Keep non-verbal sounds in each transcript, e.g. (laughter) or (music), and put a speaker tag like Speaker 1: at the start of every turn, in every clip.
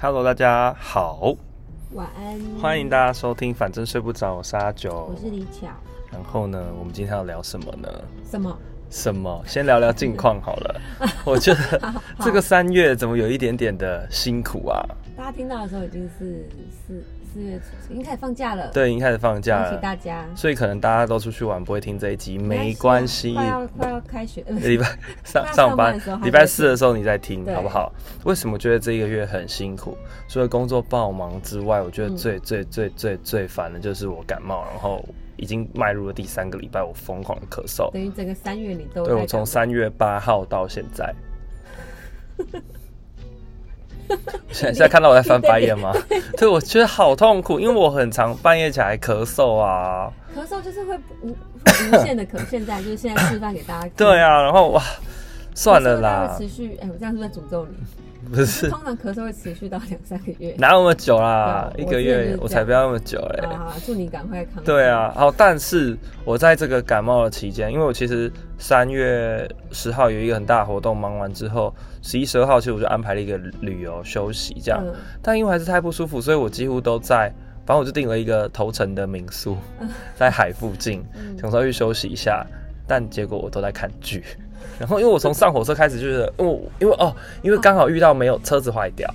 Speaker 1: Hello，大家好，
Speaker 2: 晚安，
Speaker 1: 欢迎大家收听《反正睡不着》，我是阿九
Speaker 2: 我。是李巧。
Speaker 1: 然后呢，我们今天要聊什么呢？
Speaker 2: 什么？
Speaker 1: 什么？先聊聊近况好
Speaker 2: (laughs)
Speaker 1: 了。我觉得这个三月怎么有一点点的辛苦啊？
Speaker 2: 大家听到的时候已经是四四月初，已经开始放假了。，
Speaker 1: 对，已经开始放假
Speaker 2: 恭喜
Speaker 1: 了，
Speaker 2: 大家。
Speaker 1: 所以可能大家都出去玩，不会听这一集，没关系。
Speaker 2: 快要快要开学，呃
Speaker 1: 礼拜上
Speaker 2: 快要
Speaker 1: 上
Speaker 2: 上班
Speaker 1: 班
Speaker 2: 的时候，还
Speaker 1: 礼拜
Speaker 2: 在
Speaker 1: 四的时候你再听，
Speaker 2: 对
Speaker 1: 好不好？为什么觉得这一个月很辛苦？除了工作爆忙之外，我觉得
Speaker 2: 嗯
Speaker 1: 最最最最最烦的就是我感冒，然后已经迈入了第三个礼拜，我疯狂的咳嗽。
Speaker 2: 等于整个三月你都
Speaker 1: 对，
Speaker 2: 在
Speaker 1: 我从三月八号到现在，现在现在看到我在翻白眼吗？对，我觉得好痛苦，因为我很常半夜起来咳嗽啊。
Speaker 2: 咳嗽，就是会无会无限的咳。现在就是现在示范给大家。
Speaker 1: 对，啊，然后哇，算了
Speaker 2: 咳嗽它
Speaker 1: 啦
Speaker 2: 会，持续，哎，我这样是不是在诅咒你？
Speaker 1: 不是。
Speaker 2: 通常咳嗽会持续到两三个
Speaker 1: (laughs)
Speaker 2: 月。
Speaker 1: 哪有那么久啦？一
Speaker 2: 对啊
Speaker 1: 个
Speaker 2: 我之前就是这
Speaker 1: 月
Speaker 2: 样
Speaker 1: 我才不要那么久嘞、
Speaker 2: 啊，祝你赶快康复。
Speaker 1: 对，啊，好，但是我在这个感冒的期间，因为我其实三月十号有一个很大的活动，忙完之后，十一、十二号其实我就安排了一个旅游休息这样，
Speaker 2: 嗯，
Speaker 1: 但因为还是太不舒服，所以我几乎都在，反正我就订了一个头城的民
Speaker 2: (laughs)
Speaker 1: 宿，在海附近，
Speaker 2: 嗯
Speaker 1: 想说去休息一下，但结果我都在看剧。然后因为我从上火车开始就是，因为我因为哦，因为刚好遇到没有车子坏掉，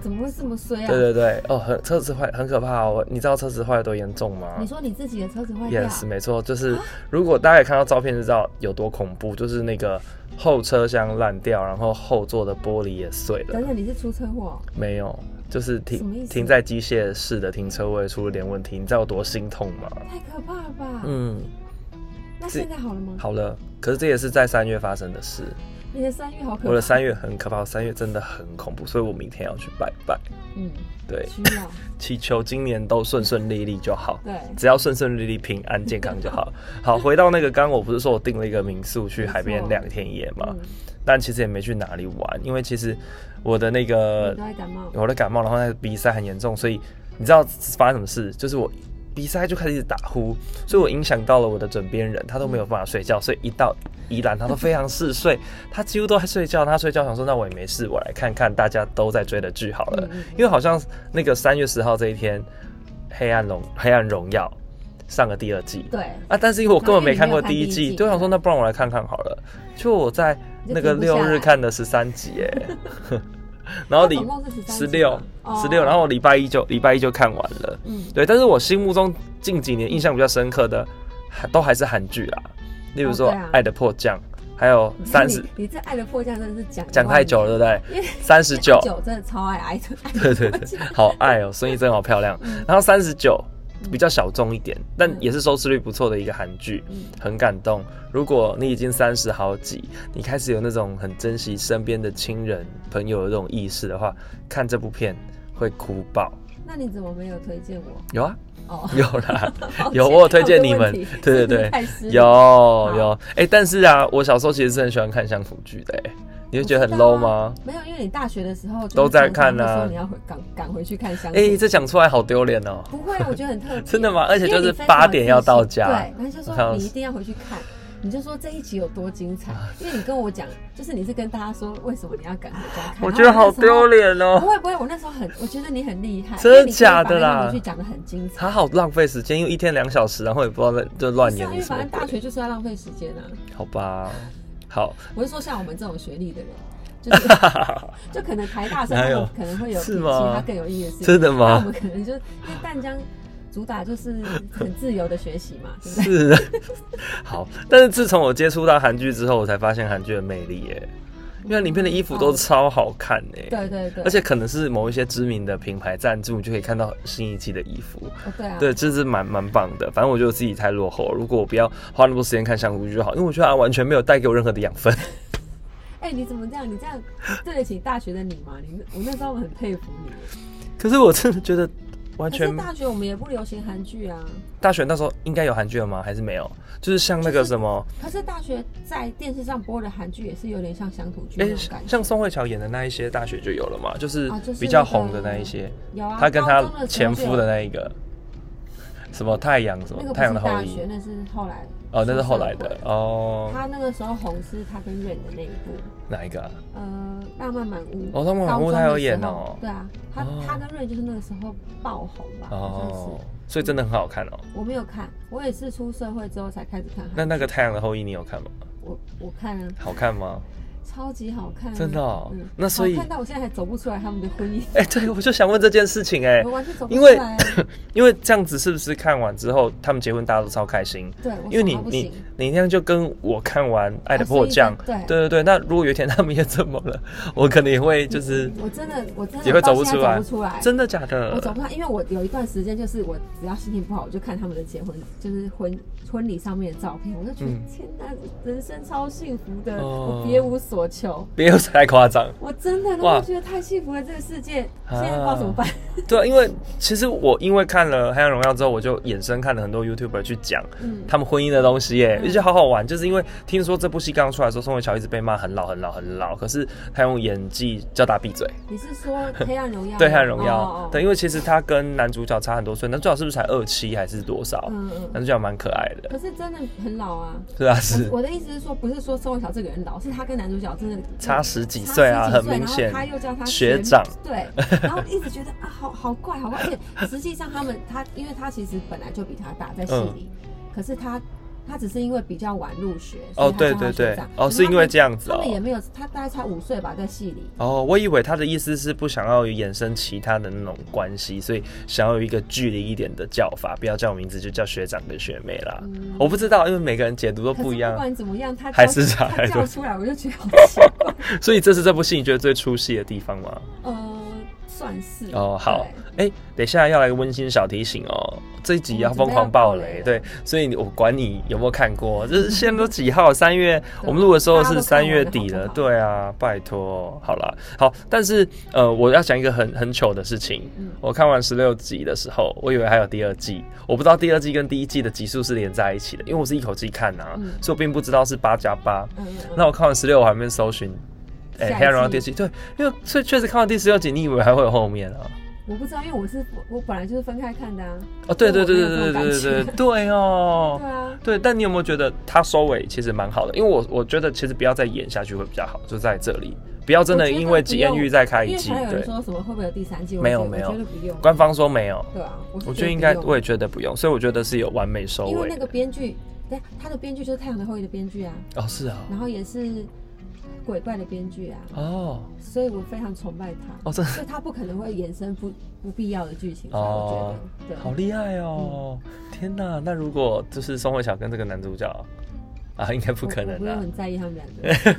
Speaker 2: 怎么会这么衰啊？
Speaker 1: 对对对，哦，很车子坏很可怕哦，你知道车子坏有多严重吗？
Speaker 2: 你说你自己的啊车子坏掉
Speaker 1: Yes，没错，就是如果大家也看到照片就知道有多恐怖，就是那个后车厢烂掉，然后后座的玻璃也碎了
Speaker 2: 等，等，你是出车祸？
Speaker 1: 没有，就是
Speaker 2: 什么意
Speaker 1: 停
Speaker 2: 思
Speaker 1: 停在机械室的停车位出了点问题，你知道有多心痛吗？
Speaker 2: 太可怕了吧？
Speaker 1: 嗯，
Speaker 2: 那现在好了吗？
Speaker 1: 好了，可是这也是在三月发生的事，
Speaker 2: 你的三月好可怕。
Speaker 1: 我的三月很可怕，我三月真的很恐怖，所以我明天要去拜拜，
Speaker 2: 嗯，
Speaker 1: 对，
Speaker 2: 需要
Speaker 1: 祈求今年都顺顺利利就好。
Speaker 2: 对。
Speaker 1: 只要顺顺利利、平安健康就好。
Speaker 2: (laughs)
Speaker 1: 好，回到那个，刚刚我不是说我订了一个民宿去海边
Speaker 2: 没错
Speaker 1: 两天一夜 (laughs) 嘛，
Speaker 2: 嗯，
Speaker 1: 但其实也没去哪里玩，因为其实我的那个
Speaker 2: 你都在感冒。
Speaker 1: 我的感冒，然后那个鼻塞很严重，所以你知道发生什么事？就是我鼻塞就开始一直打呼，所以我影响到了我的枕边人，他都没有办法睡觉，所以一到宜兰他都非常嗜睡，他几乎都在睡觉。他睡觉想说，那我也没事，我来看看大家都在追的剧好了
Speaker 2: 嗯嗯，
Speaker 1: 因为好像那个三月十号这一天，《黑暗荣黑暗荣耀》上了第二季。
Speaker 2: 对，
Speaker 1: 啊！但是因为我根本没看过
Speaker 2: 然后
Speaker 1: 第
Speaker 2: 因
Speaker 1: 一
Speaker 2: 为你没有看第一
Speaker 1: 季，
Speaker 2: 季
Speaker 1: 就想说那不然我来看看好了。就我在那个
Speaker 2: 你就停不
Speaker 1: 六
Speaker 2: 下来
Speaker 1: 日看的十三集耶，
Speaker 2: (laughs)
Speaker 1: 然后
Speaker 2: 它
Speaker 1: 礼
Speaker 2: 总共是13
Speaker 1: 十
Speaker 2: 集
Speaker 1: 六
Speaker 2: 嘛哦
Speaker 1: 十六，然后我礼拜一就礼拜一就看完了。
Speaker 2: 嗯，
Speaker 1: 对，但是我心目中近几年印象比较深刻的，还都还是韩剧啦，例如说
Speaker 2: 哦对啊
Speaker 1: 《爱的迫降》，还有
Speaker 2: 你
Speaker 1: 三
Speaker 2: 看你
Speaker 1: 十
Speaker 2: 你这爱的迫降真的是讲
Speaker 1: 讲太久了，，对不 (laughs)
Speaker 2: 因为
Speaker 1: 对？三十九
Speaker 2: 九，九真的超爱爱的，
Speaker 1: (laughs)
Speaker 2: 爱
Speaker 1: 对
Speaker 2: 的
Speaker 1: 对
Speaker 2: 迫
Speaker 1: 对
Speaker 2: 降，
Speaker 1: 好爱哦，孙艺珍好漂亮。然后三十九比较小众一点，但
Speaker 2: 嗯
Speaker 1: 也是收视率不错的一个韩剧，
Speaker 2: 嗯
Speaker 1: 很感动。如果你已经三十好几，你开始有那种很珍惜身边的亲人朋友的这种意识的话，看这部片会哭爆。
Speaker 2: 那你怎么没有推荐我？
Speaker 1: 有啊， (laughs)
Speaker 2: 哦，
Speaker 1: 有啦，
Speaker 2: 抱
Speaker 1: 有
Speaker 2: 歉
Speaker 1: 我有推荐你
Speaker 2: 还
Speaker 1: 们
Speaker 2: 有这个
Speaker 1: 对对对
Speaker 2: 问题，是不是太失礼
Speaker 1: 有有，哎、但是啊，我小时候其实是很喜欢看乡土剧的、哎，你会觉得很
Speaker 2: 我知道
Speaker 1: low
Speaker 2: 啊
Speaker 1: 吗？
Speaker 2: 没有，因为你大学的时候就是
Speaker 1: 都在看啊
Speaker 2: 常常会说你要回赶赶回去看相
Speaker 1: 哎、这讲出来好丢脸哦。
Speaker 2: 不会，我觉得很特别，
Speaker 1: 真的吗而且就是
Speaker 2: 因为你非常
Speaker 1: 8点要到家
Speaker 2: 对，然后就
Speaker 1: 我看到
Speaker 2: 说你一定要回去看，你就说这一集有多精彩，
Speaker 1: 啊
Speaker 2: 因为你跟我讲，就是你是跟大家说为什么你要赶回家看，
Speaker 1: 我觉得好丢
Speaker 2: 脸。
Speaker 1: 脸哦
Speaker 2: 不。会不会，我那时候很，我觉得你很厉害，
Speaker 1: 真的
Speaker 2: 因为你可以
Speaker 1: 假的啦
Speaker 2: 把那个女婿讲的很精彩。
Speaker 1: 他好浪费时间，因为一天两小时，然后也不知道在就乱
Speaker 2: 是啊因
Speaker 1: 演
Speaker 2: 为
Speaker 1: 什
Speaker 2: 反
Speaker 1: 么
Speaker 2: 正大
Speaker 1: 鬼，
Speaker 2: 学就是要浪费时间啊。
Speaker 1: 好吧？好， (laughs)
Speaker 2: 我是说像我们这种学历的人，就是就可能台大生
Speaker 1: 哪
Speaker 2: 他
Speaker 1: 有
Speaker 2: 们可能会有
Speaker 1: 是
Speaker 2: 比其
Speaker 1: 吗
Speaker 2: 他更有意义的事情。
Speaker 1: 真的
Speaker 2: 那我
Speaker 1: 吗？
Speaker 2: 们可能就因为淡江主打就是很自由的学习嘛，对不对？
Speaker 1: 是， (laughs) 好。但是自从我接触到韩剧之后，我才发现韩剧的魅力耶，因为里面的衣服都超好看耶。 (laughs)
Speaker 2: 对对对，
Speaker 1: 而且可能是某一些知名的品牌赞助，你就可以看到新一季的衣服，
Speaker 2: 哦对啊，
Speaker 1: 对，这是蛮蛮棒的。反正我觉得我自己太落后，如果我不要花那么多时间看香菇剧就好，因为我觉得它完全没有带给我任何的养分。 (laughs)
Speaker 2: 哎、你怎么这样？你这样对得起大学的你吗？你那我那时候很佩服你。
Speaker 1: 可是我真的觉得完
Speaker 2: 可
Speaker 1: 全
Speaker 2: 是大学我们也不流行韩剧啊。
Speaker 1: 大学那时候应该有韩剧了吗？还是没有？就是像那个什么，
Speaker 2: 可是大学在电视上播的韩剧也是有点像乡土剧
Speaker 1: 哎、
Speaker 2: 那种感觉。
Speaker 1: 像宋慧乔演的那一些，大学就有了嘛，就是
Speaker 2: 啊就是
Speaker 1: 比较红的那一些，
Speaker 2: 有啊，
Speaker 1: 她跟她
Speaker 2: 高中的时候
Speaker 1: 前夫
Speaker 2: 就
Speaker 1: 的
Speaker 2: 有
Speaker 1: 那一个，什么太阳什
Speaker 2: 那
Speaker 1: 么
Speaker 2: 个不
Speaker 1: 太阳
Speaker 2: 是
Speaker 1: 的后
Speaker 2: 大学，
Speaker 1: 裔，
Speaker 2: 那是后来
Speaker 1: 哦，那是后来
Speaker 2: 出社
Speaker 1: 的
Speaker 2: 会
Speaker 1: 哦，
Speaker 2: 他那个时候红是他跟 Rain 的那一部，
Speaker 1: 哪一个啊？
Speaker 2: 呃，《浪漫满屋》
Speaker 1: 哦浪漫满屋
Speaker 2: 高中的
Speaker 1: 他有演
Speaker 2: 时候
Speaker 1: 哦
Speaker 2: 对啊，他、
Speaker 1: 哦
Speaker 2: 他跟 Rain 就是那个时候爆红吧，好像
Speaker 1: 哦
Speaker 2: 是。，
Speaker 1: 所以真的很好看哦。
Speaker 2: 我没有看，我也是出社会之后才开始看韩
Speaker 1: 那那个太阳的后裔你有看吗？
Speaker 2: 我我看啊，
Speaker 1: 好看吗？
Speaker 2: 超级好看啊、
Speaker 1: 真的哦那所以
Speaker 2: 好看到我现在还走不出来他们的婚姻，
Speaker 1: 哎、对，我就想问这件事情哎、
Speaker 2: 我完全走不
Speaker 1: 因
Speaker 2: 出
Speaker 1: 为
Speaker 2: 来啊、
Speaker 1: 因为这样子是不是看完之后他们结婚大家都超开心？
Speaker 2: 对，我
Speaker 1: 因为
Speaker 2: 想
Speaker 1: 你
Speaker 2: 到不
Speaker 1: 你
Speaker 2: 行。
Speaker 1: 你那样就跟我看完《爱的
Speaker 2: 哦所以
Speaker 1: 迫降》
Speaker 2: 对
Speaker 1: 对对对，那如果有一天他们也怎么了，我可能也会就是
Speaker 2: 我真的我真的
Speaker 1: 也会走
Speaker 2: 到
Speaker 1: 不
Speaker 2: 现
Speaker 1: 出
Speaker 2: 在
Speaker 1: 来，
Speaker 2: 走不出来，
Speaker 1: 真的假
Speaker 2: 嗯我走
Speaker 1: 的？
Speaker 2: 不出来，因为我有一段时间就是我只要心情不好，我就看他们的结婚，就是婚婚礼上面的照片，我就觉得、
Speaker 1: 嗯
Speaker 2: 天哪，人生超幸福的，
Speaker 1: 哦
Speaker 2: 我别无所求。
Speaker 1: 别有太夸张，
Speaker 2: 我真的都
Speaker 1: 哇
Speaker 2: 会觉得太幸福了，这个世界
Speaker 1: 啊
Speaker 2: 现在不知道怎么办。
Speaker 1: 对啊，因为其实我因为看了《黑暗荣耀》之后，我就衍生看了很多 YouTuber 去讲
Speaker 2: 嗯，
Speaker 1: 他们婚姻的东西耶，
Speaker 2: 嗯
Speaker 1: 而且好好玩，就是因为听说这部戏刚出来的时候，宋慧乔一直被骂很老很老很老，可是她用演技叫大家闭嘴，
Speaker 2: 你是说《黑暗荣耀》吗？
Speaker 1: 对《黑暗荣耀》
Speaker 2: 哦
Speaker 1: 对，，因为其实她跟男主角差很多岁，男主角是不是才二七还是多少？
Speaker 2: 哦嗯嗯。
Speaker 1: 男主角蛮可爱的，
Speaker 2: 可是真的很老啊！
Speaker 1: 是啊，是
Speaker 2: 我我的意思是说，不是说宋慧乔这个人老，是她跟男主角真的
Speaker 1: 差十几
Speaker 2: 嗯差
Speaker 1: 岁啊，
Speaker 2: 十几
Speaker 1: 很明显
Speaker 2: 然后。他又叫他
Speaker 1: 学
Speaker 2: 妹
Speaker 1: 长，
Speaker 2: 对，
Speaker 1: (laughs)
Speaker 2: 然后一直觉得啊，好好怪，好怪，而且实际上他们他，因为他其实本来就比他大，在戏
Speaker 1: 嗯
Speaker 2: 里，可是他他只是因为比较晚入学，所以
Speaker 1: 哦，
Speaker 2: 他
Speaker 1: 对
Speaker 2: 叫他
Speaker 1: 对
Speaker 2: 学
Speaker 1: 对
Speaker 2: 长，
Speaker 1: 哦，
Speaker 2: 可
Speaker 1: 是因为这样
Speaker 2: 他
Speaker 1: 子
Speaker 2: 们他
Speaker 1: 哦
Speaker 2: 们。也没有，他大概才五岁吧，在戏里。
Speaker 1: 哦，我以为他的意思是不想要衍生其他的那种关系，所以想要有一个距离一点的叫法，不要叫我名字，就叫学长跟学妹啦。
Speaker 2: 嗯
Speaker 1: 我不知道，因为每个人解读都
Speaker 2: 可是
Speaker 1: 不一
Speaker 2: 不
Speaker 1: 样，
Speaker 2: 管怎么样，他叫
Speaker 1: 还是差
Speaker 2: 他
Speaker 1: 太
Speaker 2: 叫
Speaker 1: 多。
Speaker 2: 出来，我就觉得
Speaker 1: (laughs)
Speaker 2: 好奇怪。
Speaker 1: 所以这是这部戏你觉得最出戏的地方吗？
Speaker 2: 呃，算是
Speaker 1: 哦，好
Speaker 2: 对，
Speaker 1: 哎、等一下要来个温馨小提醒哦，这一集要
Speaker 2: 我
Speaker 1: 疯
Speaker 2: 们准备
Speaker 1: 狂
Speaker 2: 要
Speaker 1: 爆
Speaker 2: 爆
Speaker 1: 雷
Speaker 2: 雷，啊了
Speaker 1: 对，所以我管你有没有看过，就是现在都几号？三月，我们录的时候
Speaker 2: 大家
Speaker 1: 是
Speaker 2: 都看
Speaker 1: 三月
Speaker 2: 完了
Speaker 1: 底
Speaker 2: 好
Speaker 1: 了，
Speaker 2: 不好
Speaker 1: 对啊，拜托，好啦，好，但是呃，我要讲一个很很糗的事情，
Speaker 2: 嗯
Speaker 1: 我看完十六集的时候，我以为还有第二季，我不知道第二季跟第一季的集数是连在一起的，因为我是一口气看啊，
Speaker 2: 嗯
Speaker 1: 所以我并不知道是八加八，
Speaker 2: 嗯，嗯
Speaker 1: 那我看完十六，我还没搜寻。哎、
Speaker 2: 下一
Speaker 1: 黑暗荣耀》第
Speaker 2: 季
Speaker 1: 二季，对，因为所以确实看完第十六集，你以为还会有后面啊？
Speaker 2: 我不知道，因为我是我本来就是分开看的啊。
Speaker 1: 哦，对对对对
Speaker 2: 我
Speaker 1: 对
Speaker 2: 没有
Speaker 1: 对对
Speaker 2: 这种感觉
Speaker 1: 对对哦
Speaker 2: 对，啊，
Speaker 1: 对。但你有没有觉得它收尾其实蛮好的？因为我我觉得其实不要再演下去会比较好，就在这里，不要真的因为艳遇再开
Speaker 2: 因
Speaker 1: 一
Speaker 2: 为
Speaker 1: 季。
Speaker 2: 还有
Speaker 1: 对
Speaker 2: 人，说什么会不会有第三季？我
Speaker 1: 没有
Speaker 2: 觉得
Speaker 1: 没有
Speaker 2: 我觉得不用。
Speaker 1: 官方说没有，
Speaker 2: 对啊，是
Speaker 1: 我觉得应该，
Speaker 2: 不用
Speaker 1: 我也觉得不用，所以我觉得是有完美收
Speaker 2: 因为
Speaker 1: 尾
Speaker 2: 那
Speaker 1: 的。
Speaker 2: 个编剧，对，他的编剧就是《太阳的后裔》的编剧啊，
Speaker 1: 哦，是啊，
Speaker 2: 然后也是鬼怪的编剧啊，
Speaker 1: 哦
Speaker 2: 所以我非常崇拜他，
Speaker 1: 哦，这
Speaker 2: 所以他不可能会衍生不不必要的剧情，
Speaker 1: 哦
Speaker 2: 我觉得对。
Speaker 1: 好厉害哦！
Speaker 2: 嗯
Speaker 1: 天哪，那如果就是宋慧乔跟这个男主角啊，应该不
Speaker 2: 我
Speaker 1: 可能
Speaker 2: 我不
Speaker 1: 啊
Speaker 2: 用。很在意他们两
Speaker 1: (laughs)
Speaker 2: 个。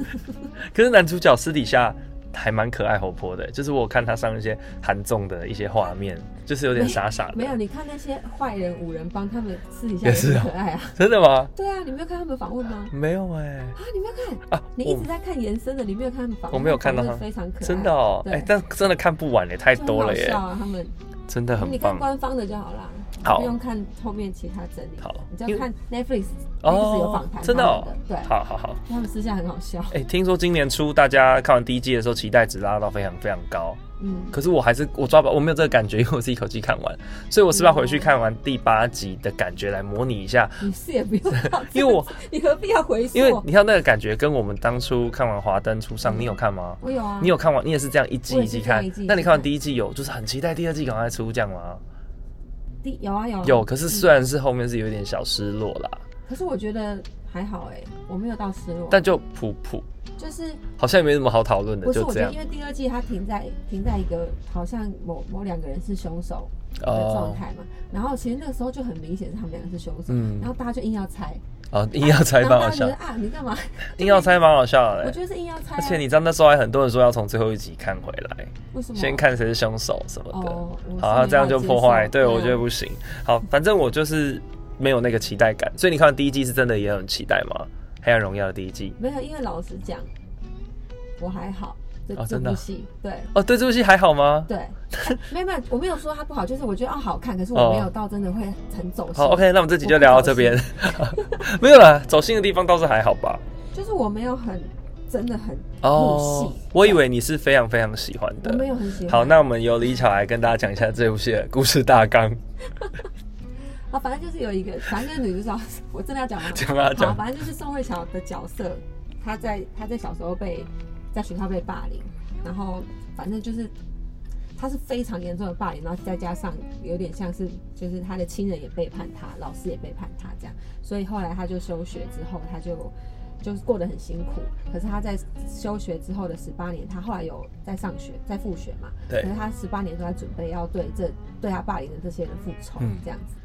Speaker 1: 可是男主角私底下还蛮可爱活泼的，就是我看他上一些韩综的一些画面，就是有点傻傻的。
Speaker 2: 没有，你看那些坏人五人帮，他们私底下
Speaker 1: 也
Speaker 2: 也
Speaker 1: 是
Speaker 2: 很
Speaker 1: 啊
Speaker 2: 可爱啊。 (laughs)
Speaker 1: 真的吗？
Speaker 2: 对啊，你没有看他们访问吗？
Speaker 1: 没有哎、
Speaker 2: 啊，你没有看，
Speaker 1: 啊，
Speaker 2: 你一直
Speaker 1: 我
Speaker 2: 在看延伸的，你没有看他们访问，
Speaker 1: 我没有看到他
Speaker 2: 访问非常可爱，
Speaker 1: 真的哦、
Speaker 2: 对
Speaker 1: 哎、但真的看不完嘞，太
Speaker 2: 就很
Speaker 1: 多了
Speaker 2: 好
Speaker 1: 耶，
Speaker 2: 笑啊，他们
Speaker 1: 真的
Speaker 2: 你
Speaker 1: 很
Speaker 2: 看
Speaker 1: 棒。
Speaker 2: 官方的就好啦，
Speaker 1: 好
Speaker 2: 不用看后面其他整理。
Speaker 1: 好
Speaker 2: 你就
Speaker 1: 因为哦
Speaker 2: 看 Netflix，Netflix 有访谈他们
Speaker 1: 真的、哦，
Speaker 2: 对，
Speaker 1: 好好好。
Speaker 2: 他们私下很好笑。
Speaker 1: 哎、听说今年初大家看完第一季的时候，期待值拉到非常非常高， (laughs)
Speaker 2: 嗯，
Speaker 1: 可是我还是我抓不，我没有这个感觉，因为我是一口气看完，所以我是不是要回去看完第八集的感觉来模拟一下？
Speaker 2: 你是也不用到这
Speaker 1: 因为我
Speaker 2: 你何必要回溯？
Speaker 1: 因为你看那个感觉，跟我们当初看完《华灯初上》，
Speaker 2: 嗯
Speaker 1: 你有看吗？
Speaker 2: 我有啊，
Speaker 1: 你有看完？你也是这样一季
Speaker 2: 我
Speaker 1: 一
Speaker 2: 也是
Speaker 1: 季
Speaker 2: 这样
Speaker 1: 看
Speaker 2: 一季一？季
Speaker 1: 那你看完
Speaker 2: 看
Speaker 1: 第一季有就是很期待第二季赶快出这样吗？
Speaker 2: 第有啊有啊
Speaker 1: 有，可是
Speaker 2: 嗯
Speaker 1: 虽然是后面是有点小失落啦，
Speaker 2: 可是我觉得还好哎，我没有到失落，
Speaker 1: 但就普普，
Speaker 2: 就是
Speaker 1: 好像也没什么好讨论的，
Speaker 2: 不是
Speaker 1: 就
Speaker 2: 我
Speaker 1: 这
Speaker 2: 觉
Speaker 1: 样
Speaker 2: 得，因。为第二季它停在停在一个好像某某两个人是凶手的
Speaker 1: 哦
Speaker 2: 状，态嘛，然后其实那个时候就很明显是他们两个是凶手，
Speaker 1: 嗯
Speaker 2: 然后大家就硬要猜，
Speaker 1: 哦，硬要猜
Speaker 2: 然
Speaker 1: 蛮
Speaker 2: 后大
Speaker 1: 好
Speaker 2: 家就觉
Speaker 1: 笑
Speaker 2: 得，啊你干嘛？
Speaker 1: 硬要猜蛮好笑的
Speaker 2: 我
Speaker 1: 欸。
Speaker 2: 觉得是硬要猜、啊，
Speaker 1: 而且你知道那时候还很多人说要从最后一集看回来，
Speaker 2: 为什么
Speaker 1: 先看谁是凶手什么的。
Speaker 2: 哦，我是
Speaker 1: 好，像这样就破坏，
Speaker 2: 没办法接受
Speaker 1: 对我觉得
Speaker 2: 啊
Speaker 1: 不行。好，反正我就是没有那个期待感，所以你看第一季是真的也很期待吗？《黑暗荣耀》的第一季
Speaker 2: 没有，因为老实讲，我还好，这、
Speaker 1: 哦
Speaker 2: 这
Speaker 1: 真的
Speaker 2: 部戏，对
Speaker 1: 哦，对这部戏还好吗？ (laughs)
Speaker 2: 对，没有没有，我没有说它不好，就是我觉得哦好看，可是
Speaker 1: 哦
Speaker 2: 我没有到真的会很走心。
Speaker 1: 好，OK，那我们这集就聊到这边。
Speaker 2: (laughs)
Speaker 1: 没有啦，走心的地方倒是还好吧。
Speaker 2: 就是我没有很真的很入
Speaker 1: 哦
Speaker 2: 戏，，
Speaker 1: 我以为你是非常非常喜欢
Speaker 2: 我没
Speaker 1: 的。
Speaker 2: 有很喜欢。
Speaker 1: 好，那我们由李巧来跟大家讲一下这部戏的故事大纲。
Speaker 2: 啊，反正就是有一个，反正就是女主角， (laughs) 我真的要讲吗？
Speaker 1: 讲啊
Speaker 2: 好，
Speaker 1: 讲，
Speaker 2: 反正就是宋慧乔的角色，她在她在小时候被在学校被霸凌，然后反正就是她是非常严重的霸凌，然后再加上有点像是就是她的亲人也背叛她，老师也背叛她这样，所以后来她就休学之后，她就就是过得很辛苦。可是她在休学之后的十八年，她后来有在上学，在复学嘛，
Speaker 1: 对
Speaker 2: 可是她十八年都在准备要对这对她霸凌的这些人复仇
Speaker 1: 嗯，
Speaker 2: 这样子，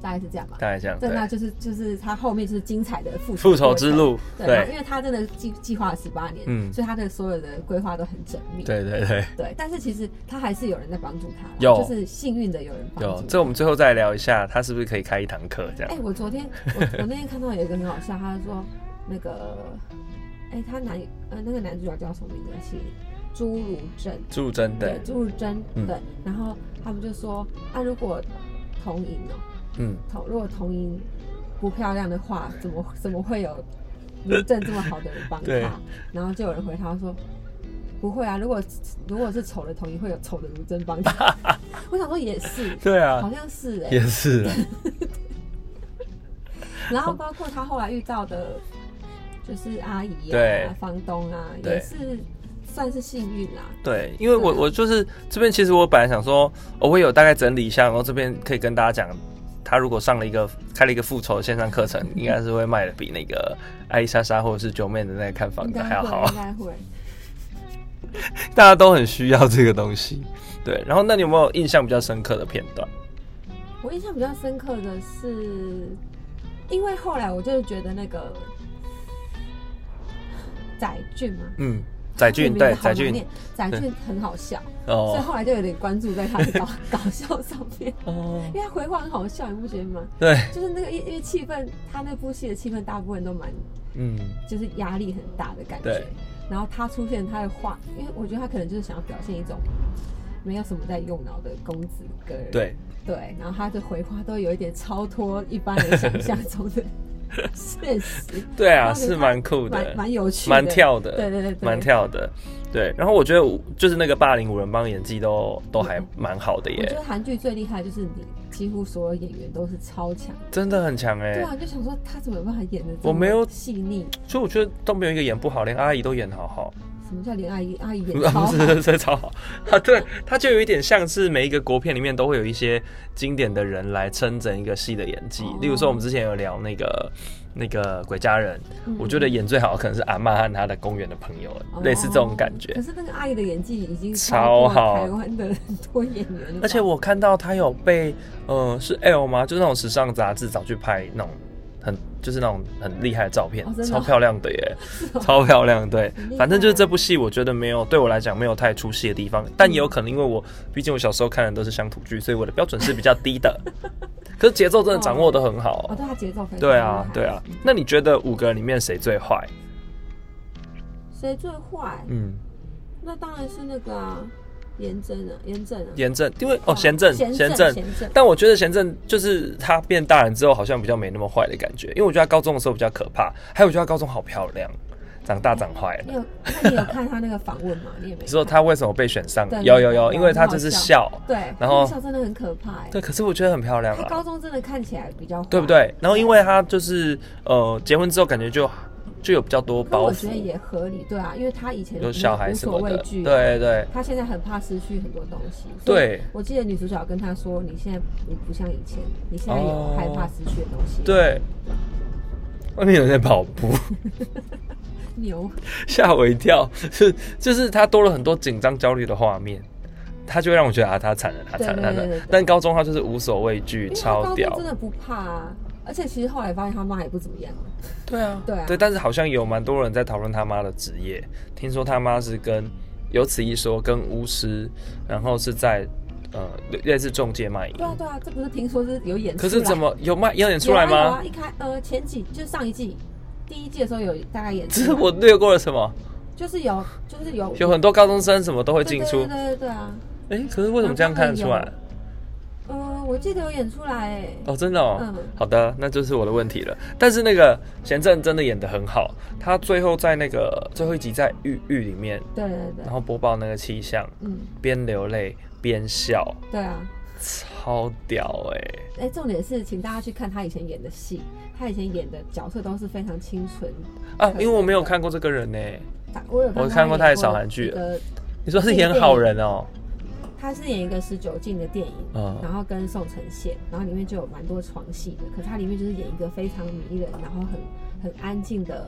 Speaker 2: 大概是这样吧。
Speaker 1: 大概这样，
Speaker 2: 对，那
Speaker 1: 对，
Speaker 2: 就是就是他后面就是精彩的复
Speaker 1: 复仇
Speaker 2: 过
Speaker 1: 之
Speaker 2: 程，
Speaker 1: 路，
Speaker 2: 对，然后
Speaker 1: 对
Speaker 2: 因，为他真的计计划了十八年，
Speaker 1: 嗯
Speaker 2: 所以他的所有的规划都很缜密，
Speaker 1: 对对对，
Speaker 2: 对但是其实他还是有人在帮助他啦，
Speaker 1: 有
Speaker 2: 就是幸运的有人帮
Speaker 1: 有
Speaker 2: 助。
Speaker 1: 这我们最后再聊一下，他是不是可以开一堂课这
Speaker 2: 哎、
Speaker 1: 样？
Speaker 2: 我昨天 (laughs) 我我那天看到有一个很好笑，他说那个，哎、他男呃那个男主角叫什么名字？是朱如正，
Speaker 1: 助真对，
Speaker 2: 朱如正
Speaker 1: 嗯
Speaker 2: 对，然后他们就说啊，如果同赢哦、
Speaker 1: 嗯，
Speaker 2: 同如果同音不漂亮的话，怎么怎么会有卢正这么好的人帮
Speaker 1: 对
Speaker 2: 他？然后就有人回他说。不会啊，如果如果是丑的同音，会有丑的卢正帮他。我想说也
Speaker 1: (laughs)
Speaker 2: 是，
Speaker 1: 对
Speaker 2: 好
Speaker 1: 啊，
Speaker 2: 像是哎、
Speaker 1: 也是啊，
Speaker 2: 然后包括他后来遇到的，就是阿姨
Speaker 1: 对
Speaker 2: 啊、房东啊，
Speaker 1: 对
Speaker 2: 也是算是幸运啦。
Speaker 1: (laughs) 对，因为我我就是这边，其实我本来想说，哦我有大概整理一下，然后这边可以跟大家讲，他如果上了一个开了一个复仇的线上课程，应该是会卖的比那个艾丽莎莎或者是九妹的那个看房
Speaker 2: 应
Speaker 1: 的
Speaker 2: 该
Speaker 1: 还要好
Speaker 2: 会，，应该会。
Speaker 1: (laughs) 大家都很需要这个东西。对，然后那你有没有印象比较深刻的片段？
Speaker 2: 我印象比较深刻的是，因为后来我就是觉得那个载俊嘛，
Speaker 1: 嗯，载俊
Speaker 2: 这个名字
Speaker 1: 对
Speaker 2: 好
Speaker 1: 载
Speaker 2: 难
Speaker 1: 俊
Speaker 2: 念载俊很好笑，所以
Speaker 1: 哦
Speaker 2: 后来就有点关注在他的搞 (laughs) 搞笑上面，
Speaker 1: 哦
Speaker 2: 因为他回话很好笑，你不觉得吗？
Speaker 1: 对，
Speaker 2: 就是那个因因为气氛，他那部戏的气氛大部分都蛮
Speaker 1: 嗯
Speaker 2: 就是压力很大的感觉
Speaker 1: 对，
Speaker 2: 然后他出现他的话，因为我觉得他可能就是想要表现一种没有什么在用脑的公子哥，
Speaker 1: 对，
Speaker 2: 对，然后他的回话都有一点超脱一般人想象中
Speaker 1: (laughs)
Speaker 2: 的现实，
Speaker 1: 对啊，
Speaker 2: 然后觉得
Speaker 1: 是
Speaker 2: 他
Speaker 1: 蛮酷的
Speaker 2: 蛮，蛮有趣的，
Speaker 1: 蛮，跳的，
Speaker 2: 对对对对，
Speaker 1: 蛮跳的。对，然后我觉得我就是那个霸凌五人帮演技都都还
Speaker 2: 嗯
Speaker 1: 蛮好的
Speaker 2: 我觉
Speaker 1: 耶
Speaker 2: 得，韩剧最厉害就是你几乎所有演员都是超强，
Speaker 1: 真的很强哎
Speaker 2: 对。啊，就想说他怎么有办法演的
Speaker 1: 我没有
Speaker 2: 细腻？
Speaker 1: 所以我觉得都没有一个演不好，连阿姨都演好好，
Speaker 2: 什么叫连阿姨阿姨
Speaker 1: (laughs)
Speaker 2: 演超好？
Speaker 1: 是是是超 (laughs) 好啊！对，他就有一点像是每一个国片里面都会有一些经典的人来撑整一个戏的演技
Speaker 2: 哦，
Speaker 1: 例如说我们之前有聊那个。那个鬼家人，
Speaker 2: 嗯
Speaker 1: 我觉得演最好的可能是阿嬷和她的公园的朋友，
Speaker 2: 哦
Speaker 1: 类似这种感觉
Speaker 2: 可。是那个阿姨的演技已经
Speaker 1: 超
Speaker 2: 超
Speaker 1: 好
Speaker 2: 过台湾的很多演员了吧，
Speaker 1: 而且我看到他有被，呃，是 L 吗？就是那种时尚杂志早去拍那种很，就是那种很厉害的照片，
Speaker 2: 哦真的
Speaker 1: 超
Speaker 2: 哦
Speaker 1: 漂亮的
Speaker 2: (laughs)
Speaker 1: 耶，
Speaker 2: 哦
Speaker 1: 超漂亮。对
Speaker 2: 很厉，害
Speaker 1: 反正就是这部戏，我觉得没有对我来讲没有太出戏的地方，但
Speaker 2: 嗯
Speaker 1: 也有可能因为我毕竟我小时候看的都是乡土剧，所以我的标准是比较低的。 (laughs) 可是节奏真的掌握的很好、
Speaker 2: 哦，对他节奏非常
Speaker 1: 对啊
Speaker 2: 厉，害
Speaker 1: 对啊。那你觉得五个人里面谁最坏？
Speaker 2: 谁最坏？
Speaker 1: 嗯，
Speaker 2: 那当然是那个啊，严真啊，严正啊，
Speaker 1: 严正，因为哦，
Speaker 2: 啊
Speaker 1: 贤正，
Speaker 2: 贤正，
Speaker 1: 正，
Speaker 2: 贤正，
Speaker 1: 但我觉得贤正就是他变大人之后，好像比较没那么坏的感觉，因为我觉得他高中的时候比较可怕，还有我觉得他高中好漂亮，长大长坏
Speaker 2: 你
Speaker 1: 了。
Speaker 2: 有
Speaker 1: (laughs)
Speaker 2: 那你有看他那个访问吗？你也没
Speaker 1: 你说
Speaker 2: 看
Speaker 1: 他为什么被选上
Speaker 2: 对？
Speaker 1: 有有有，
Speaker 2: 对
Speaker 1: 因为他就是笑，
Speaker 2: 对，
Speaker 1: 然后
Speaker 2: 笑真的很可怕哎。
Speaker 1: 对，可是我觉得很漂亮
Speaker 2: 他
Speaker 1: 啊，
Speaker 2: 高中真的看起来比较坏
Speaker 1: 对不？对？然后因为他就是呃，结婚之后感觉就就有比较多
Speaker 2: 那
Speaker 1: 包
Speaker 2: 我觉得
Speaker 1: 袱，
Speaker 2: 也合理，对啊，因为他以前
Speaker 1: 有小孩
Speaker 2: 无
Speaker 1: 什
Speaker 2: 所
Speaker 1: 么
Speaker 2: 畏
Speaker 1: 的，
Speaker 2: 惧，，
Speaker 1: 对对
Speaker 2: 他现在很怕失去很多东西。所以
Speaker 1: 对
Speaker 2: 我记得女主角跟他说：“你现在你不像以前，你现在有
Speaker 1: 哦
Speaker 2: 害怕失去的东西。”，
Speaker 1: 对，外面有人在跑步。
Speaker 2: 牛，
Speaker 1: (laughs) 吓我一跳，是就是他多了很多紧张焦虑的画面，他就会让我觉得啊，他惨了，他惨了，他
Speaker 2: 对
Speaker 1: 惨
Speaker 2: 对对对
Speaker 1: 了
Speaker 2: 对。
Speaker 1: 但高中他就是无所畏惧
Speaker 2: 因，为他
Speaker 1: 超
Speaker 2: 高中
Speaker 1: 屌
Speaker 2: 真，的不怕啊。而且其实后来发现他妈也不怎么样啊，
Speaker 1: 对啊，
Speaker 2: 对啊
Speaker 1: 对。但是好像有蛮多人在讨论他妈的职业，听说他妈是跟有此一说，跟巫师，然后是在呃类似中介卖淫
Speaker 2: 对，啊对啊，这不是听说是有演出
Speaker 1: 可是
Speaker 2: 来
Speaker 1: 怎么有卖有演出来
Speaker 2: 有啊有
Speaker 1: 吗 (laughs)
Speaker 2: 啊，？一开呃前几就是上一季第一季的时候有大概演出
Speaker 1: 只
Speaker 2: 来，
Speaker 1: 是我略过了什么？
Speaker 2: 就是有就是有
Speaker 1: 有很多高中生什么都会进出
Speaker 2: 对，对对对对啊，
Speaker 1: 哎、可是为什么这样看得出
Speaker 2: 好
Speaker 1: 来
Speaker 2: 像？嗯，我记得有演出来哎、
Speaker 1: 哦，真的哦，
Speaker 2: 嗯
Speaker 1: 好的，那就是我的问题了。但是那个贤正真的演得很好，他最后在那个最后一集在狱狱里面，
Speaker 2: 对对对
Speaker 1: 然，后播报那个气象，
Speaker 2: 嗯，
Speaker 1: 边流泪边笑，
Speaker 2: 对啊，
Speaker 1: 超屌哎、
Speaker 2: 哎，重点是，请大家去看他以前演的戏，他以前演的角色都是非常清纯。
Speaker 1: 啊！因为我没有看过这个人呢、
Speaker 2: 他我有
Speaker 1: 我看过他
Speaker 2: 也
Speaker 1: 也少韩剧
Speaker 2: 呃，
Speaker 1: 你说是演好人哦、
Speaker 2: 他是演一个十九禁的电影，
Speaker 1: 嗯
Speaker 2: 然后跟宋承宪，然后里面就有蛮多床戏的。可他里面就是演一个非常迷人，然后很很安静的，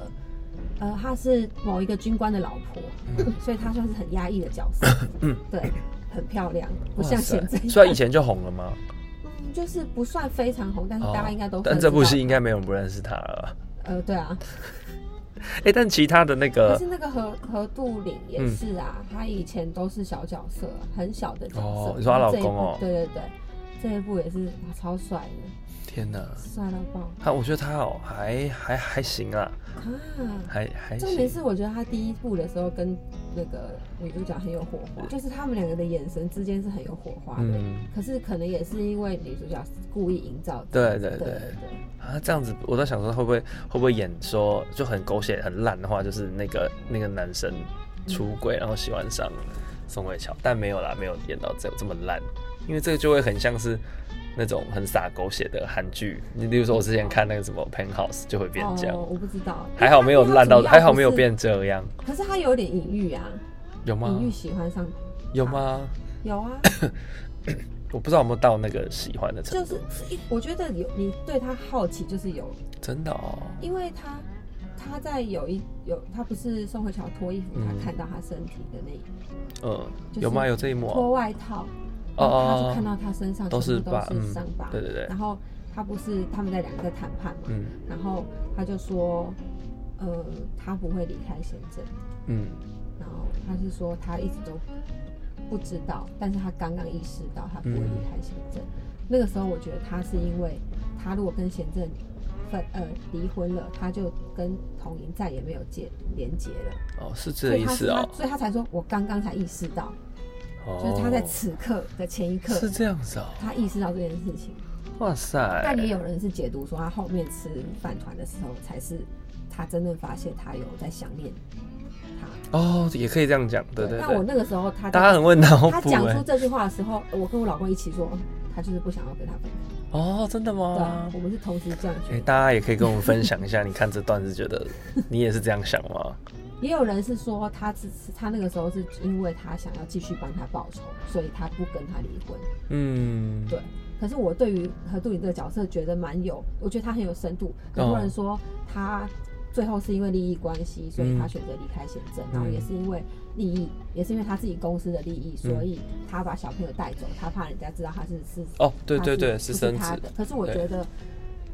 Speaker 2: 呃，他是某一个军官的老婆，
Speaker 1: 嗯
Speaker 2: (laughs) 所以他算是很压抑的角色。嗯，对，很漂亮，不像现在，
Speaker 1: 虽然以前就红了嘛，
Speaker 2: 嗯就是不算非常红，但是 (laughs) 大家应该都、
Speaker 1: 哦
Speaker 2: 会
Speaker 1: 但这部
Speaker 2: 知道
Speaker 1: 戏，应该没有人不认识他了。
Speaker 2: 呃，对啊，
Speaker 1: 哎、但其他的那
Speaker 2: 可
Speaker 1: 个
Speaker 2: 是那个何何杜岭也是啊，他以前都是小角色，很小的角色。
Speaker 1: 嗯哦你说她老公哦
Speaker 2: 这一部对对对，这一部也是哇超帅的，
Speaker 1: 天哪，
Speaker 2: 帅到爆
Speaker 1: 他我觉得他哦还还还行啊，
Speaker 2: 啊！
Speaker 1: 还还
Speaker 2: 重
Speaker 1: 行。
Speaker 2: 点是我觉得他第一部的时候跟那个女主角很有火花，就是他们两个的眼神之间是很有火花的。
Speaker 1: 嗯
Speaker 2: 可是可能也是因为女主角故意营造
Speaker 1: 对
Speaker 2: 的。
Speaker 1: 对对
Speaker 2: 对
Speaker 1: 啊，这样子我在想说会不会会不会演说就很狗血很烂的话，就是那个那个男生
Speaker 2: 嗯
Speaker 1: 出轨，然后喜欢上宋慧乔，但没有啦，没有演到这这么烂，因为这个就会很像是那种很洒狗血的韩剧。你例如说，我之前看那个什么《Penthouse》就会变这样，
Speaker 2: 哦，我不知道。
Speaker 1: 还好没有烂到，
Speaker 2: 因为他
Speaker 1: 还好没有
Speaker 2: 主要不是。
Speaker 1: 变这样，
Speaker 2: 可是他有点隐喻啊，
Speaker 1: 有 (laughs) 吗
Speaker 2: 隐？喻喜欢上
Speaker 1: 有吗？
Speaker 2: 有啊。
Speaker 1: 我不知道有没有到那个喜欢的程
Speaker 2: 就
Speaker 1: 度
Speaker 2: 是，一，我觉得有你对他好奇就是有，
Speaker 1: 真的哦。
Speaker 2: 因为他他在有一有他不是宋慧乔脱衣服，
Speaker 1: 嗯
Speaker 2: 他看到他身体的那一
Speaker 1: 嗯，
Speaker 2: 就是
Speaker 1: 有吗？有这一幕
Speaker 2: 脱
Speaker 1: 哦。
Speaker 2: 外套，
Speaker 1: 哦
Speaker 2: 然后他
Speaker 1: 哦
Speaker 2: 就看到他身上
Speaker 1: 都是
Speaker 2: 全部都
Speaker 1: 疤嗯
Speaker 2: 是伤疤，
Speaker 1: 对对对
Speaker 2: 然后他不是他们在两个在谈判嘛，
Speaker 1: 嗯
Speaker 2: 然后他就说，呃，他不会离开深圳，
Speaker 1: 嗯，
Speaker 2: 然后他是说他一直都不知道，但是他刚刚意识到他不会离开贤正。
Speaker 1: 嗯
Speaker 2: 那个时候我觉得他是因为他如果跟贤正分呃离婚了，他就跟童莹再也没有接连接了，
Speaker 1: 哦，是这
Speaker 2: 所
Speaker 1: 个
Speaker 2: 以
Speaker 1: 意
Speaker 2: 他
Speaker 1: 思
Speaker 2: 是
Speaker 1: 哦
Speaker 2: 他。所以他才说我刚刚才意识到，
Speaker 1: 哦
Speaker 2: 就是他在此刻的前一刻
Speaker 1: 是。这样子哦，
Speaker 2: 他意识到这件事情，
Speaker 1: 哇塞！
Speaker 2: 但也有人是解读说，他后面吃饭团的时候，才是他真正发现他有在想念他。
Speaker 1: 哦，也可以这样讲，对对
Speaker 2: 但
Speaker 1: 对，
Speaker 2: 我那个时候他
Speaker 1: 大家很问脑
Speaker 2: 他
Speaker 1: 补
Speaker 2: 讲出
Speaker 1: 哎，
Speaker 2: 这句话的时候，我跟我老公一起说，哦他就是不想要跟他分开。
Speaker 1: 哦，真的
Speaker 2: 对啊
Speaker 1: 吗，？
Speaker 2: 我们是同时这样
Speaker 1: 哎、
Speaker 2: 觉得。
Speaker 1: 大家也可以跟我们分享一下，你看这段是觉得你也是这样想吗？
Speaker 2: 也有人是说，他只是他那个时候是因为他想要继续帮他报仇，所以他不跟他离婚。
Speaker 1: 嗯，
Speaker 2: 对。可是我对于何杜云这个角色觉得蛮有，我觉得他很有深度。很
Speaker 1: 哦
Speaker 2: 多人说他最后是因为利益关系，所以他选择离开贤
Speaker 1: 嗯
Speaker 2: 政，然后也是因为利益，也是因为他自己公司的利益，
Speaker 1: 嗯
Speaker 2: 所以他把小朋友带走，他怕人家知道他是是
Speaker 1: 哦，对
Speaker 2: 他
Speaker 1: 对对，
Speaker 2: 不
Speaker 1: 私
Speaker 2: 是
Speaker 1: 生
Speaker 2: 他
Speaker 1: 子，
Speaker 2: 的。可是我
Speaker 1: 对
Speaker 2: 觉得